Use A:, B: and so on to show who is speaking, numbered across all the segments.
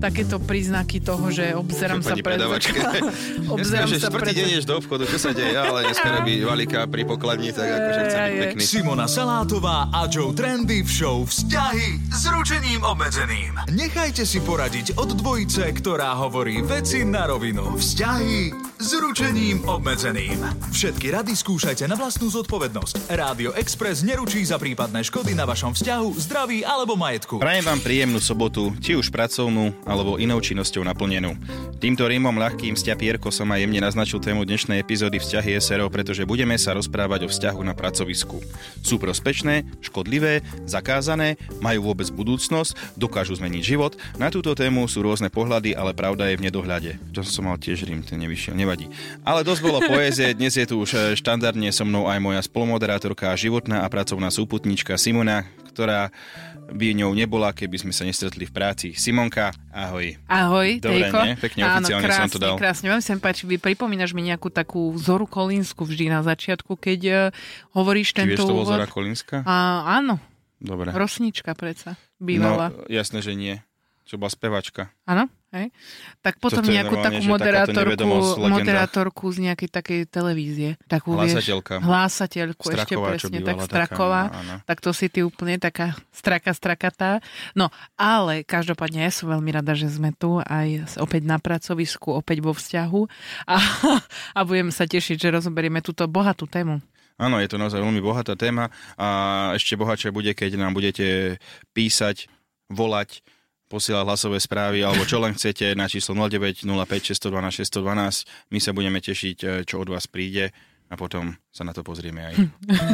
A: takéto príznaky toho, že obzerám sa
B: Pani
A: pred
B: predavačke.
A: zrkadlom. obzerám
B: Dneska, že
A: sa
B: štvrtý deň
A: pred...
B: ideš do obchodu, čo sa deje, ale dneska robí valika pri pokladni, tak akože chcem
A: Ej,
B: byť
A: ej.
B: pekný.
C: Simona Salátová a Joe Trendy v show Vzťahy s ručením obmedzeným. Nechajte si poradiť od dvojice, ktorá hovorí veci na rovinu. Vzťahy s ručením obmedzeným. Všetky rady skúšajte na vlastnú zodpovednosť. Rádio Express neručí za prípadné škody na vašom vzťahu, zdraví alebo majetku.
B: Prajem vám príjemnú sobotu, či už pracovnú, alebo inou činnosťou naplnenú. Týmto rímom ľahkým sťapierko som aj jemne naznačil tému dnešnej epizódy vzťahy SRO, pretože budeme sa rozprávať o vzťahu na pracovisku. Sú prospečné, škodlivé, zakázané, majú vôbec budúcnosť, dokážu zmeniť život. Na túto tému sú rôzne pohľady, ale pravda je v nedohľade. To som mal tiež rím, ten nevyšiel, nevadí. Ale dosť bolo poézie, dnes je tu už e, štandardne so mnou aj moja spolumoderátorka, životná a pracovná súputnička Simona, ktorá by ňou nebola, keby sme sa nestretli v práci. Simonka, ahoj.
A: Ahoj,
B: Dobre,
A: Tejko.
B: nie? Pekne
A: Áno,
B: oficiálne
A: krásne,
B: som to dal.
A: krásne. Vám sa mi páči, vy pripomínaš mi nejakú takú Zoru Kolínsku vždy na začiatku, keď eh, hovoríš
B: Ty
A: tento
B: vieš, to bol
A: úvod.
B: Zora Kolinska?
A: A, áno,
B: Dobre.
A: Rosnička predsa
B: No,
A: bývala.
B: jasné, že nie. Čo bola spevačka.
A: Áno? Hej. Tak potom
B: Toto je
A: nejakú
B: normálne,
A: takú
B: že takáto
A: moderátorku,
B: nevedomosť v legendách.
A: moderátorku z nejakej takej televízie. Takú,
B: Hlásateľka.
A: Vieš, hlásateľku ešte
B: Straková, čo
A: presne,
B: bývala
A: tak
B: taká,
A: Straková.
B: no, áno.
A: tak to si ty úplne taká straka, strakatá. No, ale každopádne ja som veľmi rada, že sme tu aj s- opäť na pracovisku, opäť vo vzťahu a, a budem sa tešiť, že rozoberieme túto bohatú tému.
B: Áno, je to naozaj veľmi bohatá téma a ešte bohatšie bude, keď nám budete písať, volať, posielať hlasové správy alebo čo len chcete na číslo 09 05 612 612. My sa budeme tešiť, e, čo od vás príde a potom sa na to pozrieme aj.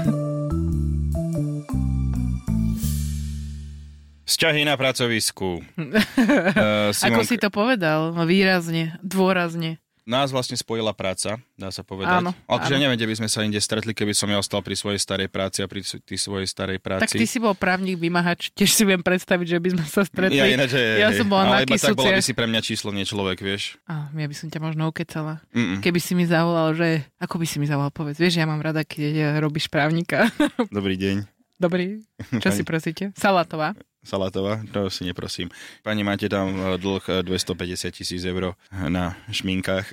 B: Vzťahy na pracovisku. E,
A: Ako
B: Simonka-
A: si to povedal? No, Výrazne, dôrazne.
B: nás vlastne spojila práca, dá sa povedať.
A: Áno,
B: Akože
A: áno.
B: ja neviem, kde by sme sa inde stretli, keby som ja ostal pri svojej starej práci a pri s- tej svojej starej práci.
A: Tak ty si bol právnik, vymahač, tiež si viem predstaviť, že by sme sa stretli.
B: Ja, ináč, hej,
A: ja
B: hej.
A: som bola
B: ale
A: na
B: iba tak bolo by
A: kysúciach.
B: si pre mňa číslo, nie človek, vieš.
A: Á, ja by som ťa možno ukecala.
B: Mm-mm.
A: Keby si mi zavolal, že... Ako by si mi zavolal, povedz. Vieš, ja mám rada, keď eh, robíš právnika.
B: Dobrý deň,
A: Dobrý, čo si prosíte? Salatová.
B: Salatová, to si neprosím. Pani, máte tam e, dlh e, 250 tisíc eur na šminkách.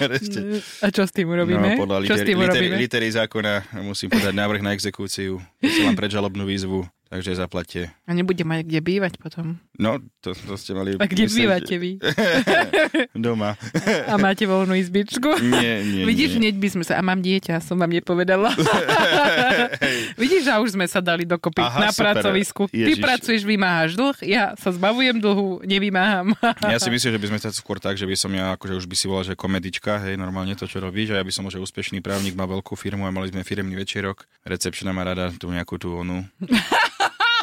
B: ktoré ste- No,
A: A čo s tým urobíme?
B: podľa
A: čo s
B: litery,
A: tým
B: litery,
A: urobíme?
B: litery zákona musím podať návrh na exekúciu. Posielam predžalobnú výzvu, takže zaplatte.
A: A nebude mať kde bývať potom.
B: No, to, to ste mali...
A: A kde
B: myslieť
A: bývate vy?
B: Doma.
A: A máte voľnú izbičku?
B: Nie, nie,
A: Vidíš,
B: nie.
A: hneď by sme sa... A mám dieťa, som vám nepovedala. Vidíš, a už sme sa dali dokopy
B: Aha,
A: na
B: super.
A: pracovisku. Ty
B: Ježiš.
A: pracuješ, vymáhaš dlh, ja sa zbavujem dlhu, nevymáham.
B: Ja si myslím, že by sme sa skôr tak, že by som ja, akože už by si volal, že komedička, hej, normálne to, čo robíš, a ja by som bol, že úspešný právnik, má veľkú firmu a mali sme firemný večerok. Recepčná má rada tú nejakú tú onu.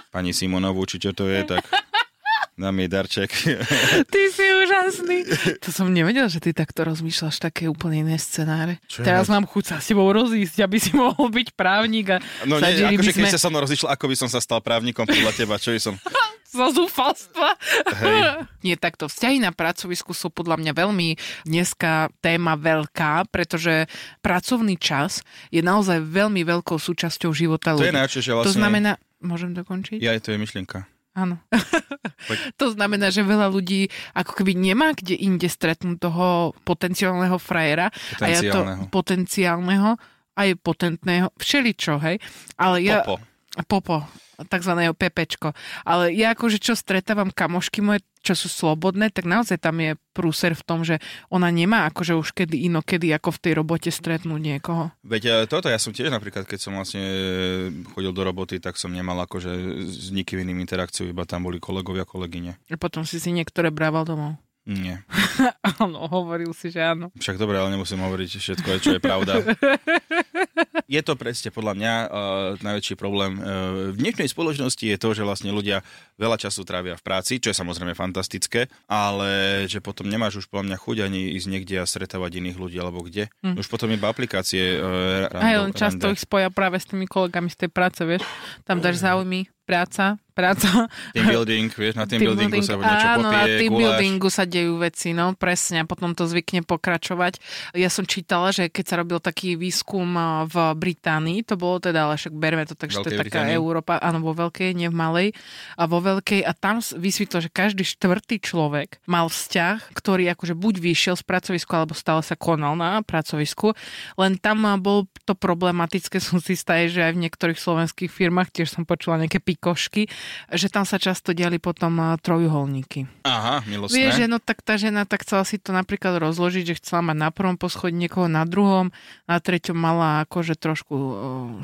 B: Pani Simonovú, či čo to je, tak dám jej darček.
A: Ty si úžasný. To som nevedel, že ty takto rozmýšľaš také úplne iné scenáre.
B: Čo
A: Teraz
B: ja-
A: mám chuť sa s tebou rozísť, aby si mohol byť právnik a
B: No nie,
A: sadili by
B: akože keď
A: sme
B: sa so mnou rozišla, ako by som sa stal právnikom podľa teba, čo by som...
A: zo zúfalstva.
B: Hej.
A: Nie, takto vzťahy na pracovisku sú podľa mňa veľmi dneska téma veľká, pretože pracovný čas je naozaj veľmi veľkou súčasťou života
B: To
A: ľudí.
B: je najčo, že
A: to
B: vlastne...
A: znamená, môžem dokončiť?
B: Ja, to je myšlienka.
A: Áno.
B: Poď.
A: to znamená, že veľa ľudí ako keby nemá kde inde stretnúť toho potenciálneho frajera. A ja to,
B: Potenciálneho.
A: potenciálneho aj potentného, všeličo, hej. Ale ja,
B: Popo.
A: popo, takzvaného pepečko. Ale ja akože čo stretávam kamošky moje, čo sú slobodné, tak naozaj tam je prúser v tom, že ona nemá akože už kedy inokedy ako v tej robote stretnúť niekoho.
B: Veď e, toto, ja som tiež napríklad, keď som vlastne e, chodil do roboty, tak som nemal akože s nikým iným interakciu, iba tam boli kolegovia, kolegyne.
A: A potom si si niektoré brával domov.
B: Nie.
A: Áno, hovoril si, že áno.
B: Však dobre, ale nemusím hovoriť všetko, čo je pravda. Je e, to presne podľa mňa uh, najväčší problém. Uh, v dnešnej spoločnosti je to, že vlastne ľudia veľa času trávia v práci, čo je samozrejme fantastické, ale že potom nemáš už podľa mňa chuť ani ísť niekde a stretávať iných ľudí alebo kde. Už potom iba aplikácie. Uh,
A: Hm. Aj on často ich spoja práve s tými kolegami z tej práce, vieš. Tam dáš záujmy, práca, práca.
B: Mm. Team building, vieš, na team, buildingu sa niečo
A: Áno, na
B: popije,
A: team
B: guláš.
A: buildingu sa dejú veci, no presne, a potom to zvykne pokračovať. Ja som čítala, že keď sa robil taký výskum a, v Británii, to bolo teda, ale však berme to, takže to je
B: Veľkej
A: taká
B: Británii?
A: Európa, áno, vo veľkej, nie v malej, a vo veľkej, a tam s- vysvetlo, že každý štvrtý človek mal vzťah, ktorý akože buď vyšiel z pracovisku, alebo stále sa konal na pracovisku, len tam a, bol to problematické, som si staje, že aj v niektorých slovenských firmách, tiež som počula nejaké pikošky, že tam sa často diali potom a, trojuholníky.
B: Aha, milostné.
A: Vieš, že no tak tá žena tak chcela si to napríklad rozložiť, že chcela mať na prvom poschodí niekoho na druhom, na treťom mala akože trošku o,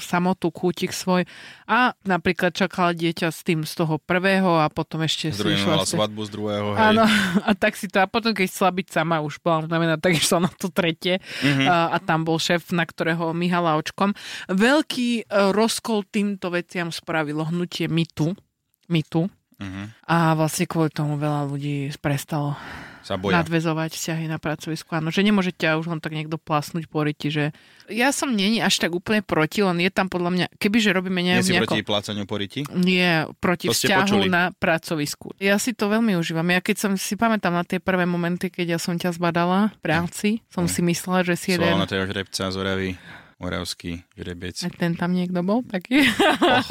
A: samotu, kútik svoj a napríklad čakala dieťa s tým z toho prvého a potom ešte
B: Z druhého
A: si
B: mala
A: z-
B: svadbu, z druhého, hej.
A: Áno, a tak si to, a potom keď chcela byť sama už bola znamená, tak išla na to tretie
B: Mhm.
A: a, a tam bol šéf, na ktorého myhala očkom. Veľký e, rozkol týmto veciam spravilo hnutie mitu, mitu
B: Mhm.
A: a vlastne kvôli tomu veľa ľudí prestalo
B: Sa boja.
A: nadvezovať vzťahy na pracovisku. Áno, že nemôže ťa už len tak niekto plasnúť po ryti, že ja som není až tak úplne proti, len je tam podľa mňa, kebyže robíme
B: Nie
A: neviem,
B: si
A: nejako...
B: proti plácaniu po ryti?
A: Nie, proti
B: To ste
A: vzťahu
B: počuli.
A: na pracovisku. Ja si to veľmi užívam. Ja keď som si pamätám na tie prvé momenty, keď ja som ťa zbadala v práci, som
B: Hm.
A: si myslela, že si jeden...
B: Slávna teda žrebca z Oravy, Oravský žrebec.
A: A ten tam niekto bol taký.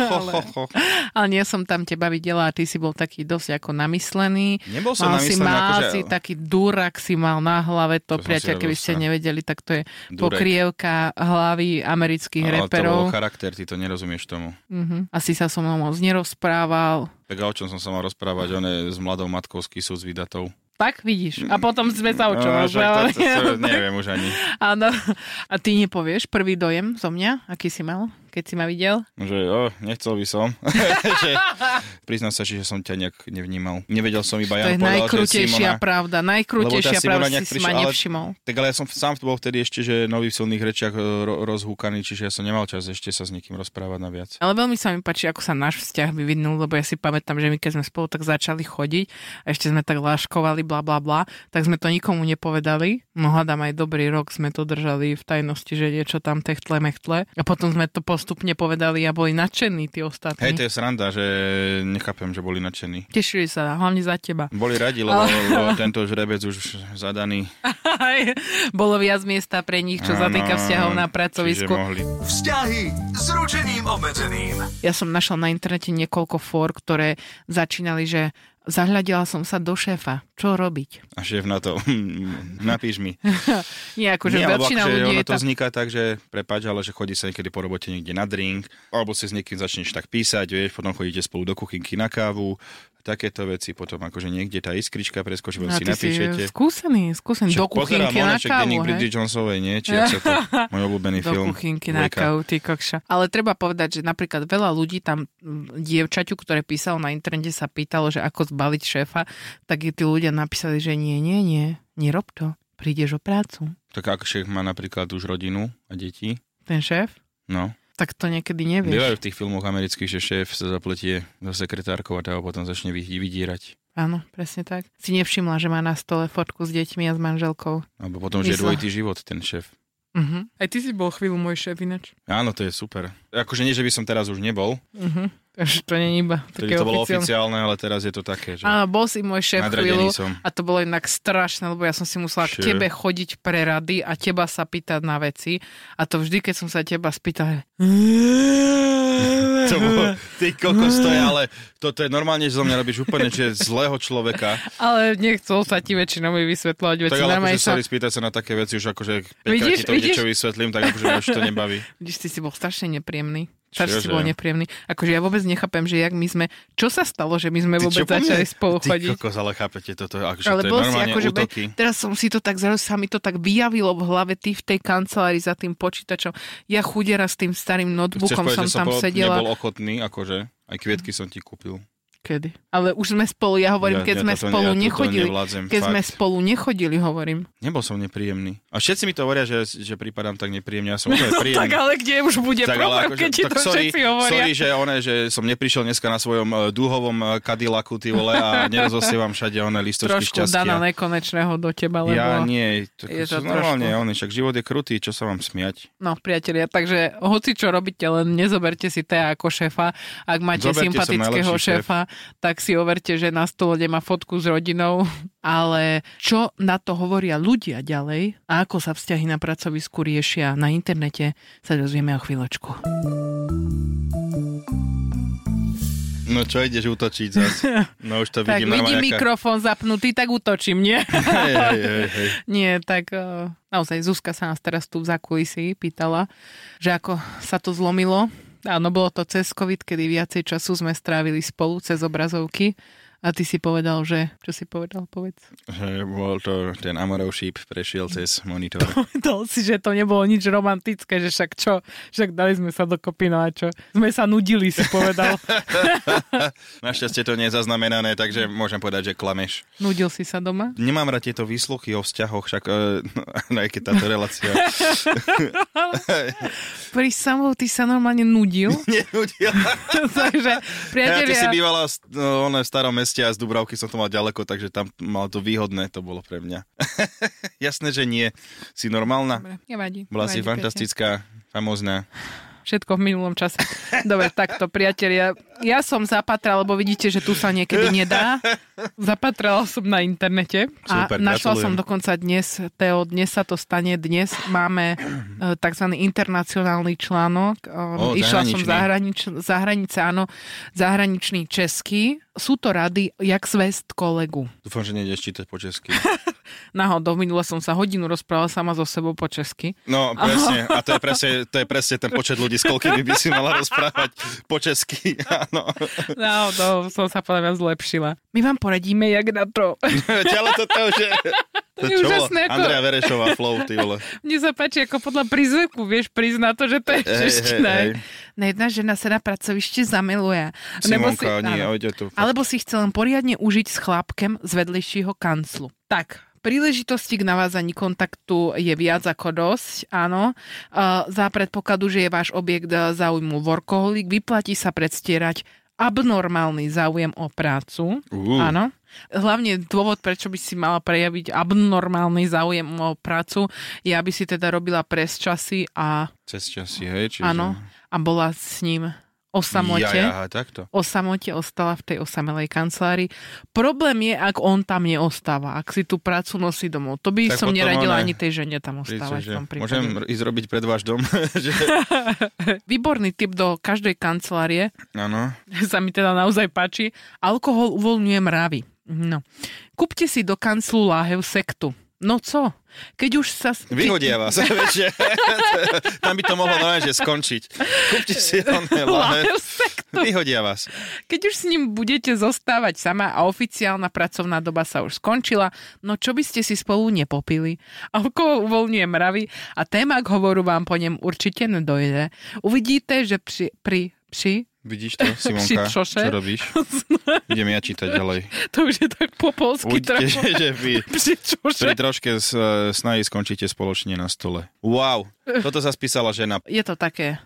B: Ho, ho, ho.
A: Ale nie som tam teba videla a ty si bol taký dosť ako namyslený.
B: Nebol som
A: Mal si,
B: namyslený,
A: mal
B: akože...
A: si taký durak si mal na hlave, to,
B: To som si
A: priateľ,
B: robil
A: keby ste
B: srandu.
A: nevedeli, tak to je
B: Durek.
A: pokrievka hlavy amerických
B: Ale to
A: reperov.
B: bol charakter, ty to nerozumieš tomu.
A: Mhm. Asi sa so mnou moc nerozprával.
B: Tak a o čom som sa mal rozprávať, on je s mladou matkou z Kisu s vydatou.
A: Tak vidíš. A potom sme sa o čom
B: No, však to- to- to-
A: rozprávali.
B: Neviem už ani.
A: Áno. A ty nepovieš prvý dojem zo mňa, aký si mal, keď si ma videl?
B: Že o, nechcel by som. že, priznám sa, že som ťa nejak nevnímal. Nevedel som iba,
A: to je
B: Jan povedal, že
A: najkrutejšia
B: Simona...
A: pravda.
B: Lebo
A: Najkrutejšia
B: tá Simona
A: pravda, si
B: nejak
A: si
B: prišla,
A: ma
B: ale-
A: nevšimol.
B: Tak ale ja som sám bol vtedy ešte, že nový v silných rečiach e, ro- rozhúkaný, čiže ja som nemal čas ešte sa s nikým rozprávať na viac.
A: Ale veľmi sa mi páči, ako sa náš vzťah vyvinul, lebo ja si pamätám, že my keď sme spolu tak začali chodiť a ešte sme tak láškovali, bla bla bla, tak sme to nikomu nepovedali. No hľadám aj dobrý rok, sme to držali v tajnosti, že niečo tam techtle mechtle. A potom sme to postupne povedali a boli nadšení tí ostatní.
B: Hej, to je sranda, že nechápem, že boli nadšení.
A: Tešili sa, hlavne za teba.
B: Boli radi, lebo, lebo tento žrebec už zadaný.
A: Aj, Bolo viac miesta pre nich, čo sa
B: Áno,
A: týka vzťahov na pracovisku.
B: Čiže mohli.
C: Vzťahy s ručením obmedzeným.
A: Ja som našla na internete niekoľko fór, ktoré začínali, že zahľadila som sa do šéfa. Čo robiť?
B: A šéf na to, "Hm, napíš mi.
A: Nie, akože
B: Nie, alebo
A: väčšina
B: akože
A: ľudí
B: ono
A: je
B: to
A: tak...
B: vzniká tak, že prepáč, ale že chodí sa niekedy po robote niekde na drink, alebo si s niekým začneš tak písať, vieš, potom chodíte spolu do kuchynky na kávu, takéto veci, potom akože niekde tá iskrička preskočí,
A: A
B: potom si
A: No ty si
B: napíšete.
A: skúsený, skúsený. Do
B: Však pozerám,
A: kuchynky
B: ono,
A: na
B: však
A: kávu,
B: denník Bridget
A: hej?
B: Jonesovej, nie? Či ak sa to, môj obľúbený
A: Do
B: film.
A: kuchynky na
B: Dvojka.
A: kávu, ty kokša. Ale treba povedať, že napríklad veľa ľudí tam, mm, dievčaťu, ktoré písalo na internete, sa pýtalo, že ako zbaliť šéfa, tak jej tí ľudia napísali, že nie, nie, nie, nerob to, prídeš o prácu.
B: Tak ak šéf má napríklad už rodinu a deti,
A: Ten šéf,
B: no.
A: tak to niekedy nevieš.
B: Bývajú v tých filmoch amerických, že šéf sa zapletie do sekretárkov a tá ho potom začne vy- vydierať.
A: Áno, presne tak. Si nevšimla, že má na stole fotku s deťmi a s manželkou.
B: Alebo potom, že je
A: Myslela.
B: dvojitý život ten šéf.
A: Uh-huh. Aj ty si bol chvíľu môj šéf ináč.
B: Áno, to je super. Akože nie, že by som teraz už nebol,
A: Uh-huh. Takže to nie je iba
B: Vtedy
A: také
B: to bolo
A: oficiálne.
B: oficiálne, ale teraz je to také, že
A: Áno, bol si môj šéf chvíľu
B: nadradený som.
A: a to bolo inak strašné, lebo ja som si musela
B: Šéf.
A: k tebe chodiť pre rady a teba sa pýtať na veci. A to vždy, keď som sa teba spýtala...
B: To bolo, ty kokos, to je, ale toto je normálne, že zo mňa robíš úplne že zlého človeka.
A: Ale nechcel sa ti väčšinou mi vysvetľovať veci.
B: Tak ale
A: Normálne
B: akože
A: sa...
B: sorry, spýtať sa na také veci, už akože
A: Vidíš,
B: pekrát ti to
A: vidíš?
B: niečo vysvetlím, tak akože už to nebaví.
A: Vidíš, ty si bol strašne nepríjemný. Strašne si
B: Čože?
A: bol nepríjemný. Akože ja vôbec nechápem, že jak my sme... Čo sa stalo, že my sme
B: Ty,
A: vôbec
B: po mne?
A: začali spolu
B: ty
A: chodiť?
B: kokos, ale chápete, toto je akože,
A: Ale
B: to je
A: bol si
B: normálne
A: akože... Be,
B: útoky.
A: teraz som si to tak, zrazu sa mi to tak vyjavilo v hlave, ty v tej kancelárii za tým počítačom. Ja chudera s tým starým
B: Chceš
A: notebookom
B: povedať,
A: som
B: že
A: tam
B: po-
A: sedela.
B: nebol ochotný, akože aj kvietky som ti kúpil.
A: Kedy? Ale už sme spolu, ja hovorím,
B: Ja-
A: keď
B: ja
A: sme
B: toto-
A: spolu
B: ja toto
A: nechodili.
B: nevládzem,
A: Keď sme
B: fakt.
A: spolu nechodili, hovorím.
B: Nebol som nepríjemný. A všetci mi to hovoria, že, že prípadám tak nepríjemne. Ja som úplne príjemný.
A: Tak ale kde už bude
B: Tak,
A: problém,
B: ale akože,
A: keď ti
B: tak
A: to
B: sorry,
A: všetci hovoria?
B: sorry, že, one, že som neprišiel dneska na svojom uh, dúhovom uh, Cadillacu, ty vole, a nerozosievam všade one listočky
A: Trošku Dana
B: šťastia.
A: nekonečného do teba, lebo...
B: Ja nie, to,
A: Je
B: je
A: to
B: to normálne,
A: trošku.
B: on, však život je krutý, čo sa vám smiať.
A: No, priatelia, takže hoci čo robíte, len nezoberte si Tea ako šéfa. Ak máte
B: Zoberte som
A: sympatického
B: najlepší šéf.
A: šéfa, tak si overte, že na stole má fotku s rodinou. Ale čo na to hovoria ľudia ďalej a ako sa vzťahy na pracovisku riešia na internete, sa dozvieme o chvíľočku.
B: No čo ideš utočiť zas? No už to
A: tak vidím
B: vidím. normálne, aká-
A: mikrofón zapnutý, tak utočím, nie?
B: Hej, hej, hej, hej.
A: Nie, tak eh, naozaj Zuzka sa nás teraz tu v zákulisí pýtala, že ako sa to zlomilo. Áno, bolo to cez COVID, kedy viacej času sme strávili spolu cez obrazovky. A ty si povedal, že... Čo si povedal? Povedz.
B: Že bol to, ten Amorov šíp prešiel cez monitor.
A: Povedal si, že to nebolo nič romantické, že však čo? Však dali sme sa dokopy, no a čo? Sme sa nudili, si povedal.
B: Našťastie to nie je zaznamenané, takže môžem povedať, že klameš.
A: Nudil si sa doma?
B: Nemám rád tieto výsluchy o vzťahoch, však e, no, aj keď táto relácia
A: Pri samou ty sa normálne nudil.
B: nenudila.
A: Takže,
B: Ja, ty si
A: priatelia,
B: bývala v st- no, one v starom meste a z Dubravky som to mal ďaleko, takže tam mal to výhodné, to bolo pre mňa. Jasné, že nie. Si normálna?
A: Dobre, nevadí.
B: Bola
A: nevadí,
B: si
A: priatelia.
B: fantastická, famózna.
A: Všetko v minulom čase. Dobre, takto, priatelia. Ja som zapatrala, lebo vidíte, že tu sa niekedy nedá. Zapatrala som na internete a
B: Super,
A: našla
B: gratulujem.
A: som dokonca dnes, Teo, dnes sa to stane, dnes máme eh, tzv. internacionálny článok.
B: O,
A: Um, Išla som
B: zahraničný.
A: zahranič, za hranice, áno, zahraničný český. Sú to rady, jak svest kolegu.
B: Dúfam, že nejdeš čítať po česky.
A: Náhodou, minula som sa hodinu rozprávala sama so sebou po česky.
B: No, presne. A to je presne, to je presne ten počet ľudí, s koľkými by si mala rozprávať po česky. Áno.
A: No, to som sa podľa mňa zlepšila. My vám poradíme, jak na to.
B: Ale to, to už je...
A: To je
B: čo bolo?
A: úžasné, ako-
B: Andrea Verešová, flow, ty vole.
A: Mne sa páči, ako podľa prízveku vieš priznať to, že to je
B: hej,
A: čeština.
B: hej.
A: Na No jedna žena sa na pracovište zamiluje.
B: Simonka, nie,
A: áno.
B: ojde tu.
A: Alebo si chcel len poriadne užiť s chlapkem z vedlejšieho kanclu. Tak, príležitosti k navázaní kontaktu je viac ako dosť, áno. E, za predpokladu, že je váš objekt e, záujmu workoholik, vyplatí sa predstierať abnormálny záujem o prácu.
B: Uú.
A: Áno. Hlavne dôvod, prečo by si mala prejaviť abnormálny záujem o prácu, je, aby si teda robila pres časy a
B: Cez časy, hej? Čiže...
A: áno, a bola s ním o samote
B: Ja, aha, takto.
A: o samote ostala v tej osamelej kancelárii. Problém je, ak on tam neostáva, ak si tú prácu nosí domov. To by
B: Tak
A: som
B: potom
A: neradila
B: ona-
A: ani tej žene tam ostávať. v
B: Príce, že
A: tom prípade.
B: môžem ísť robiť pred váš dom? že...
A: Výborný typ do každej kancelárie,
B: Áno.
A: sa mi teda naozaj páči. Alkohol uvoľňuje mravy. No. Kúpte si do kanclu láhev sektu. No co? Keď už sa...
B: Vyhodia vás. vieš, že- Tam by to mohlo normálne, že skončiť. Kúpte si oné lahe.
A: Láhev sektu.
B: Vyhodia vás.
A: Keď už s ním budete zostávať sama a oficiálna pracovná doba sa už skončila, no čo by ste si spolu nepopili? Alkohol uvoľňuje mravy a téma k hovoru vám po ňom určite nedojde. Uvidíte, že pri... pri pri,
B: Vidíš to, Simonka?
A: Šitšoše.
B: Čo robíš? Idem ja čítať ďalej.
A: to už je tak po polsky
B: Uvidíte,
A: trochu.
B: že, že vy
A: Pri čože?
B: pri troške s, eh, snahy skončíte spoločne na stole. Wow, toto sa spísala žena.
A: je to také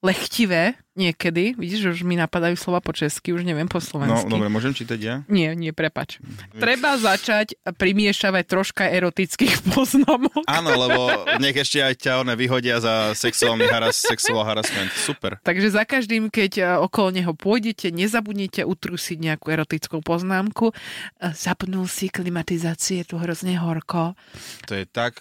A: lechtivé niekedy. Vidíš, že už mi napadajú slova po česky, už neviem po
B: No,
A: slovensky.
B: dobre, môžem čítať ja?
A: Nie, nie, prepač. Treba začať primiešavať troška erotických poznámok.
B: Áno, lebo nech ešte aj ťa one vyhodia za sexuálny haras, sexual harassment. Super.
A: Takže za každým, keď e, okolo neho pôjdete, nezabudnite utrusiť nejakú erotickú poznámku. E, Zapnul si klimatizáciu, je tu hrozne horko.
B: To je tak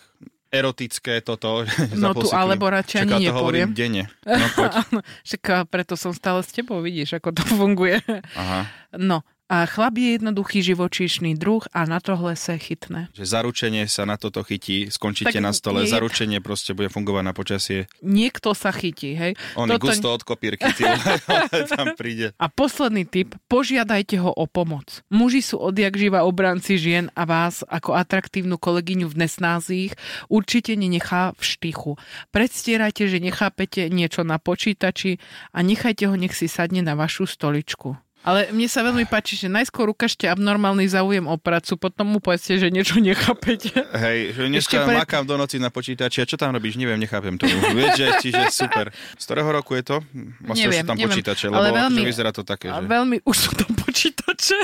B: erotické toto. že
A: No
B: zapol
A: tu
B: si klim.
A: alebo radšej ani
B: Čaká, to hovorím
A: nepoviem.
B: denne. No poď.
A: Však e, preto som stále s tebou, vidíš, ako to funguje.
B: Aha.
A: No, a chlap je jednoduchý živočíšny druh a na tohle sa chytné.
B: Že zaručenie sa na toto chytí, skončíte
A: Tak
B: na stole,
A: nie je-
B: zaručenie proste bude fungovať na počasie.
A: Niekto sa chytí, hej.
B: On Toto... gusto od kopírky, ty, vole, tam príde.
A: A posledný tip, požiadajte ho o pomoc. Muži sú odjak živa obranci žien a vás ako atraktívnu kolegyňu v nesnázích určite nenechá v štychu. Predstierajte, že nechápete niečo na počítači a nechajte ho, nech si sadne na vašu stoličku. Ale mne sa veľmi páči, že najskôr ukážte abnormálny záujem o prácu, potom mu povedzte, že niečo nechápete.
B: Hej, že dneska
A: Ešte
B: pre...
A: pred-
B: makám do noci na počítači a čo tam robíš, neviem, nechápem tomu. Vieš, že, čiže super. Z ktorého roku je to? Vlastne
A: Neviem,
B: sú tam
A: neviem,
B: počítače, lebo
A: ale
B: akože
A: veľmi-
B: vyzerá to také,
A: A
B: že...
A: veľmi už sú tam počítače.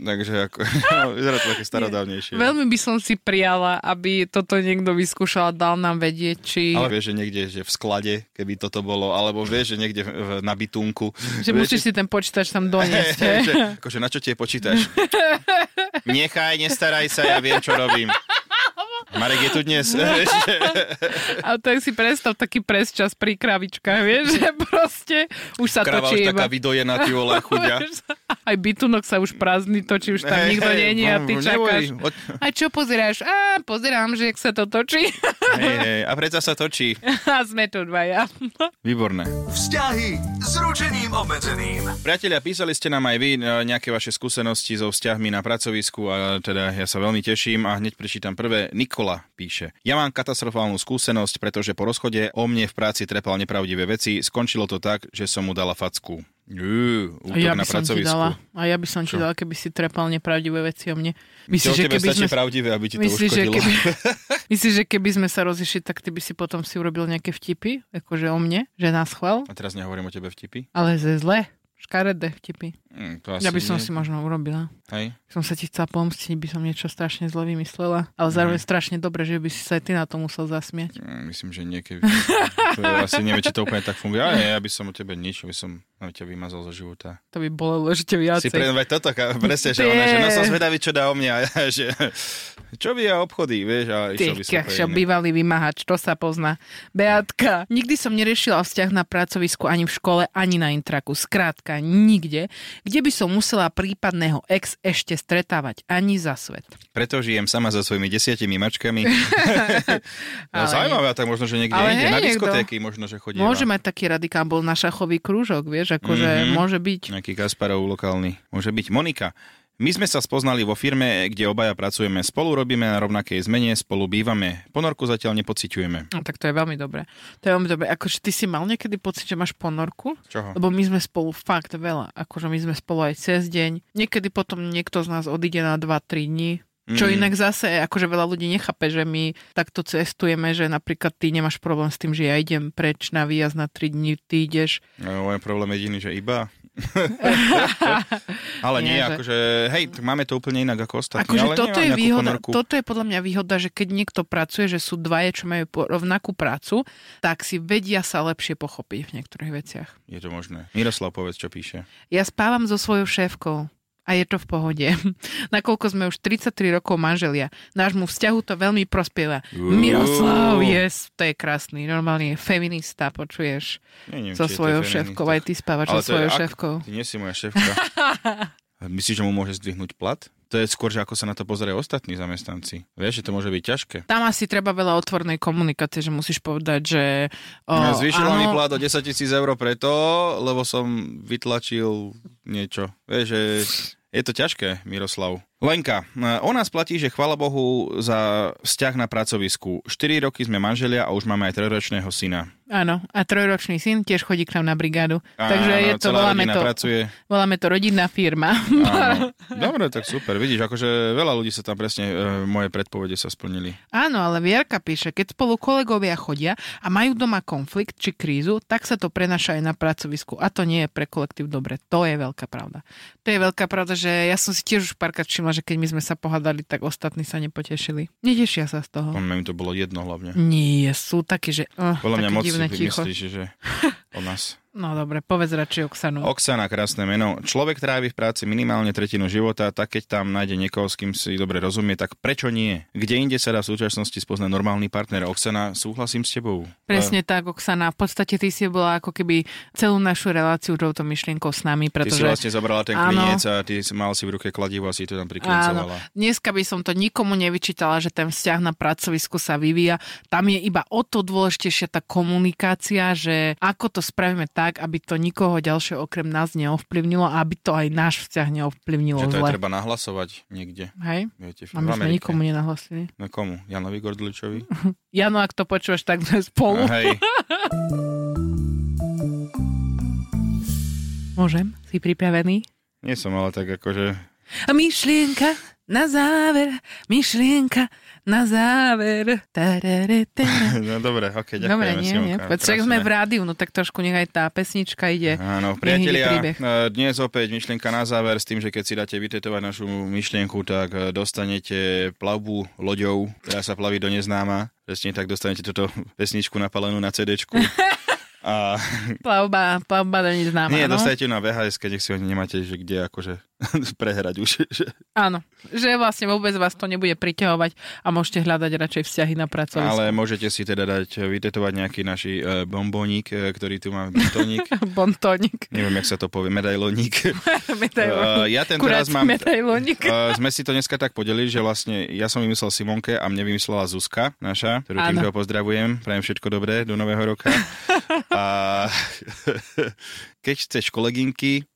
B: Takže ako, vyzerá to také starodávnejšie.
A: Veľmi by som si prijala, aby toto niekto vyskúšal a dal nám vedieť, či...
B: Ale vieš, že niekde že v sklade, keby toto bolo, alebo vieš, že niekde v, na bytunku.
A: Že
B: vieš,
A: musíš si ten počítač tam doniesť.
B: Hej,
A: hej?
B: že, akože na čo tie počítaš? Nechaj, nestaraj sa, ja viem, čo robím. Marek je tu dnes. Vieš, že-
A: A tak si predstav taký presčas pri kravičkách, vieš, že proste už sa
B: Kráva
A: točí
B: už
A: iba.
B: taká vydojená, ty vole, chudia.
A: Vieš, Aj bytunok sa už prázdny točí, už tam
B: Hej,
A: nikto
B: hej, no,
A: není a ty
B: neboj,
A: čakáš.
B: od-
A: A čo pozeráš? A pozerám, že jak sa to točí.
B: Hej, hej, a predsa sa točí.
A: A sme tu dvaja.
B: Výborné.
C: Vzťahy s ručením obmedzeným.
B: Priatelia, písali ste nám aj vy e, nejaké vaše skúsenosti so vzťahmi na pracovisku a teda ja sa veľmi teším a hneď prečítam prvé. Nikola píše. Ja mám katastrofálnu skúsenosť, pretože po rozchode o mne v práci trepal nepravdivé veci. Skončilo to tak, že som mu dala facku. Jú, útok
A: ja by
B: na
A: som ti
B: pracovisku.
A: dala, a ja by som ti dala, keby si trepal nepravdivé veci o mne. Myslíš, že
B: že
A: keby
B: stačí
A: sme...
B: pravdivé, aby ti to
A: Myslíš, že
B: uškodilo.
A: keby, myslíš, že keby sme sa rozišli, tak ty by si potom si urobil nejaké vtipy, akože o mne, že nás chval,
B: A teraz nehovorím o tebe vtipy?
A: ale ze zle, škaredé vtipy.
B: Hm, to asi
A: Ja by som
B: nie.
A: si možno urobila.
B: Hej.
A: Som sa ti chcela pomstiť, by som niečo strašne zle vymyslela, ale
B: Mhm.
A: zároveň strašne dobre, že by si sa aj ty na to musel zasmiať.
B: Hm, Myslím, že niekedy. to je, asi neviem, či to úplne tak funguje. Ale nie, ja by som o tebe nič, by som no, ťa vymazal zo života.
A: To by bolo ešte
B: Si
A: viacej.
B: pre, veď toto, ka- presne, že ona, že no som zvedavý, čo dá o mňa. a Že, čo by ja obchody, vieš, a
A: Ty,
B: išiel by som po
A: kakšo,
B: jednej.
A: bývalý vymahač, to sa pozná. Beatka, nikdy som neriešila vzťah na pracovisku ani v škole, ani na intraku. Skrátka, nikde, kde by som musela prípadného ex ešte stretávať, ani za svet.
B: Preto žijem sama so svojimi desiatimi mačkami. no,
A: Ale-
B: zaujímavé, tak možno, že niekde
A: Ale
B: inde,
A: hej,
B: na
A: niekto-
B: diskotéky možno, že chodí.
A: Môže mať taký radikál, bol na šachový krúžok, vieš, akože
B: Mhm.
A: môže byť.
B: Nejaký Kasparov lokálny. Môže byť Monika. My sme sa spoznali vo firme, kde obaja pracujeme spolu, robíme na rovnakej zmene, spolu bývame. Ponorku zatiaľ nepociťujeme.
A: No, tak to je veľmi dobré. To je veľmi dobré. Akože ty si mal niekedy pocit, že máš ponorku?
B: Čoho?
A: Lebo my sme spolu fakt veľa. Akože my sme spolu aj cez deň. Niekedy potom niekto z nás odíde na 2-3 dní. Čo
B: Mm.
A: inak zase, akože veľa ľudí nechápe, že my takto cestujeme, že napríklad ty nemáš problém s tým, že ja idem preč na výjazd na 3 dní, ty ideš.
B: No, môj problém jediný, že iba. ale nie,
A: Nie, že-
B: akože, hej, tak máme to úplne inak ako ostatní. ale
A: Akože toto
B: nemám
A: je,
B: nejakú
A: výhoda,
B: ponorku.
A: toto je podľa mňa výhoda, že keď niekto pracuje, že sú dvaje, čo majú po- rovnakú prácu, tak si vedia sa lepšie pochopiť v niektorých veciach.
B: Je to možné. Miroslav, povedz, čo píše.
A: Ja spávam so svojou šéfkou a je to v pohode. Nakoľko sme už 33 rokov manželia, nášmu vzťahu to veľmi prospieva.
B: Uú.
A: Miroslav, yes, to je krásny, normálne je feminista, počuješ,
B: Ja neviem,
A: so
B: či je to
A: svojou
B: feminista.
A: šéfkou, aj ty spávaš
B: Ale
A: so
B: to je
A: svojou
B: ak-
A: šéfkou.
B: Ty nie si moja šéfka. Myslíš, že mu môže zdvihnúť plat? To je skôr, že ako sa na to pozerajú ostatní zamestnanci. Vieš, že to môže byť ťažké.
A: Tam asi treba veľa otvornej komunikácie, že musíš povedať, že... O,
B: Ja Zvýšila mi
A: áno,
B: plat o 10 tisíc eur preto, lebo som vytlačil niečo. Vieš, že je to ťažké, Miroslav. Lenka, e, o nás platí, že chvala Bohu za vzťah na pracovisku. 4 roky sme manželia a už máme aj 3-ročného syna.
A: Áno, a trojročný syn tiež chodí k nám na brigádu. Takže
B: Áno,
A: je to,
B: celá
A: voláme
B: rodina
A: to,
B: pracuje.
A: voláme to rodinná firma.
B: Áno. Dobre, tak super. Vidíš, akože veľa ľudí sa tam presne, e, moje predpovede sa splnili.
A: Áno, ale Vierka píše, keď spolu kolegovia chodia a majú doma konflikt či krízu, tak sa to prenáša aj na pracovisku. A to nie je pre kolektív dobre. To je veľká pravda. To je veľká pravda, že ja som si tiež už párkrát všimla, že keď my sme sa pohádali, tak ostatní sa nepotešili. Netešia sa z toho.
B: Podľa mňa im to bolo jedno hlavne.
A: Nie, sú takí, že... Uh,
B: Podľa mňa
A: Mm. také divné
B: moc si
A: ticho.
B: myslíš, že o nás.
A: No dobre, povedz radšej Oksanu.
B: Oksana, krásne meno. Človek trávi v práci minimálne tretinu života, tak keď tam nájde niekoho, s kým si dobre rozumie, tak prečo nie? Kde inde sa dá v súčasnosti spoznať normálny partner? Oksana, súhlasím s tebou.
A: Presne tak, Oksana. V podstate ty si bola ako keby celú našu reláciu touto myšlienkou s nami,
B: Ty si
A: pretože...
B: vlastne zobrala ten
A: Áno.
B: kliniec a ty si mal si v ruke kladivo a si to tam
A: Áno,
B: priklincovala.
A: dneska by som to nikomu nevyčítala, že ten vzťah na pracovisku sa vyvíja. Tam je iba o to dôležitejšia tá komunikácia, že ako to spravíme tak, aby to nikoho ďalšieho okrem nás neovplyvnilo a aby to aj náš vzťah neovplyvnilo
B: Že to
A: zle.
B: je treba nahlasovať niekde.
A: Hej?
B: Viete,
A: A
B: v
A: my sme
B: Amerike.
A: nikomu nenahlasili.
B: No komu? Janovi Gordličovi?
A: Jano, ak to počúvaš, tak sme spolu.
B: Hej.
A: Môžem? Si pripravený?
B: Nie som ale tak akože...
A: A myšlienka na záver, myšlienka na záver. Tarare, tarare.
B: No dobre, ok, ďakujeme.
A: Dobre, nie, nie.
B: Simonka,
A: Veď Však
B: krásne.
A: sme v rádiu, no tak trošku nech aj tá pesnička ide.
B: Áno,
A: Nech ide
B: priatelia,
A: príbeh.
B: eh, dnes opäť myšlienka na záver s tým, že keď si dáte vytetovať našu myšlienku, tak eh, dostanete plavbu loďou, ktorá sa plaví do neznáma. Presne tak dostanete túto pesničku napalenú na CDčku. A
A: Plavba, plavba do no? neznáma,
B: nie,
A: áno?
B: dostanete ju na VHS, keď si ho nemáte, že kde akože prehrať už. Že...
A: Áno, že vlastne vôbec vás to nebude priťahovať a môžete hľadať radšej vzťahy na pracovisku. Ale...
B: Ale môžete si teda dať eh, vytetovať nejaký naši eh, bombónik, eh, ktorý tu má bontónik.
A: Bontónik.
B: Neviem, jak sa to povie, medailónik.
A: Medailónik.
B: Eh, ja ten
A: Kurát
B: teraz mám...
A: medailónik.
B: Uh, sme si to dneska tak podelili, že vlastne ja som vymyslel Simonke a mne vymyslela Zuzka, naša, ktorú
A: Áno.
B: týmto pozdravujem, prajem všetko dobré do nového roka. a keď chceš kolegynky,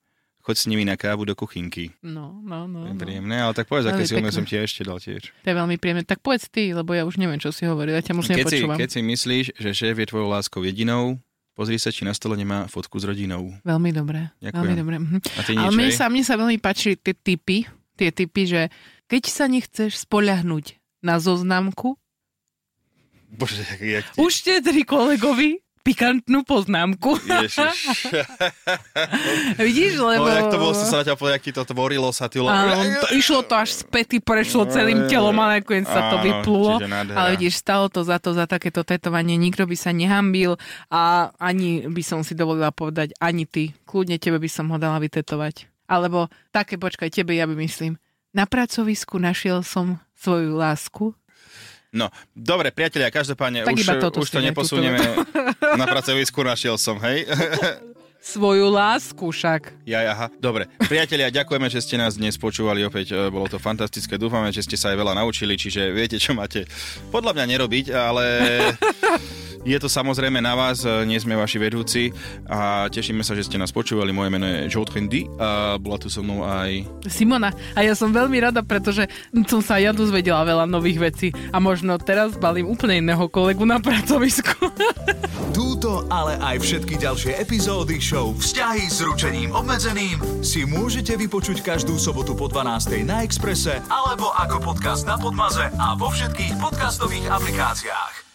B: choď s nimi na kávu do kuchynky.
A: No, no, no.
B: No,
A: no.
B: príjemné, ale tak povedz,
A: Veľmi
B: aké silné
A: pekné.
B: som ti ja ešte dal tiež.
A: To je veľmi príjemné. Tak povedz ty, lebo ja už neviem, čo si hovoril. Ja ťa moc
B: No Keď si,
A: nepočúvam.
B: keď si myslíš, že šéf je tvojou láskou jedinou, pozri sa, či na stole nemá fotku s rodinou.
A: Veľmi dobré.
B: Ďakujem.
A: Veľmi dobré. Mhm.
B: A ty nič,
A: Ale mne
B: hej?
A: sa, mne sa veľmi páčili tie typy, tie typy, že keď sa nechceš spoľahnúť na zoznamku,
B: Bože, jak ti...
A: už štedri kolegovi pikantnú poznámku.
B: Ježiš.
A: Vidíš, lebo...
B: No, jak to bolo, som sa na ťa povedal, jak ti to tvorilo, sa ty...
A: Áno, to, išlo to až späť, prešlo celým telom a nakoniec sa to
B: Áno,
A: vyplulo.
B: čiže nádhera.
A: Ale vidíš, stalo to za to, za takéto tetovanie, nikto by sa nehambil a ani by som si dovolila povedať, ani ty, kľudne tebe by som ho dala vytetovať. Alebo také, počkaj, tebe ja by myslím, na pracovisku našiel som svoju lásku.
B: No, dobre, priatelia, každopádne
A: Tak
B: už,
A: iba toto
B: už
A: si
B: to
A: daj,
B: neposunieme na pracovisku, našiel som, hej?
A: Svoju lásku však.
B: ja, aha. Dobre, priatelia, ďakujeme, že ste nás dnes počúvali opäť, e, bolo to fantastické, dúfame, že ste sa aj veľa naučili, čiže viete, čo máte podľa mňa nerobiť, ale... Je to samozrejme na vás, e, nie sme vaši vedúci a tešíme sa, že ste nás počúvali. Moje meno je Joe Trendy a bola tu so mnou aj...
A: Simona, a ja som veľmi rada, pretože som sa ja dozvedela veľa nových vecí a možno teraz balím úplne iného kolegu na pracovisku.
C: Túto, ale aj všetky ďalšie epizódy show Vzťahy s ručením obmedzeným si môžete vypočuť každú sobotu po 12. na Exprese alebo ako podcast na Podmaze a vo všetkých podcastových aplikáciách.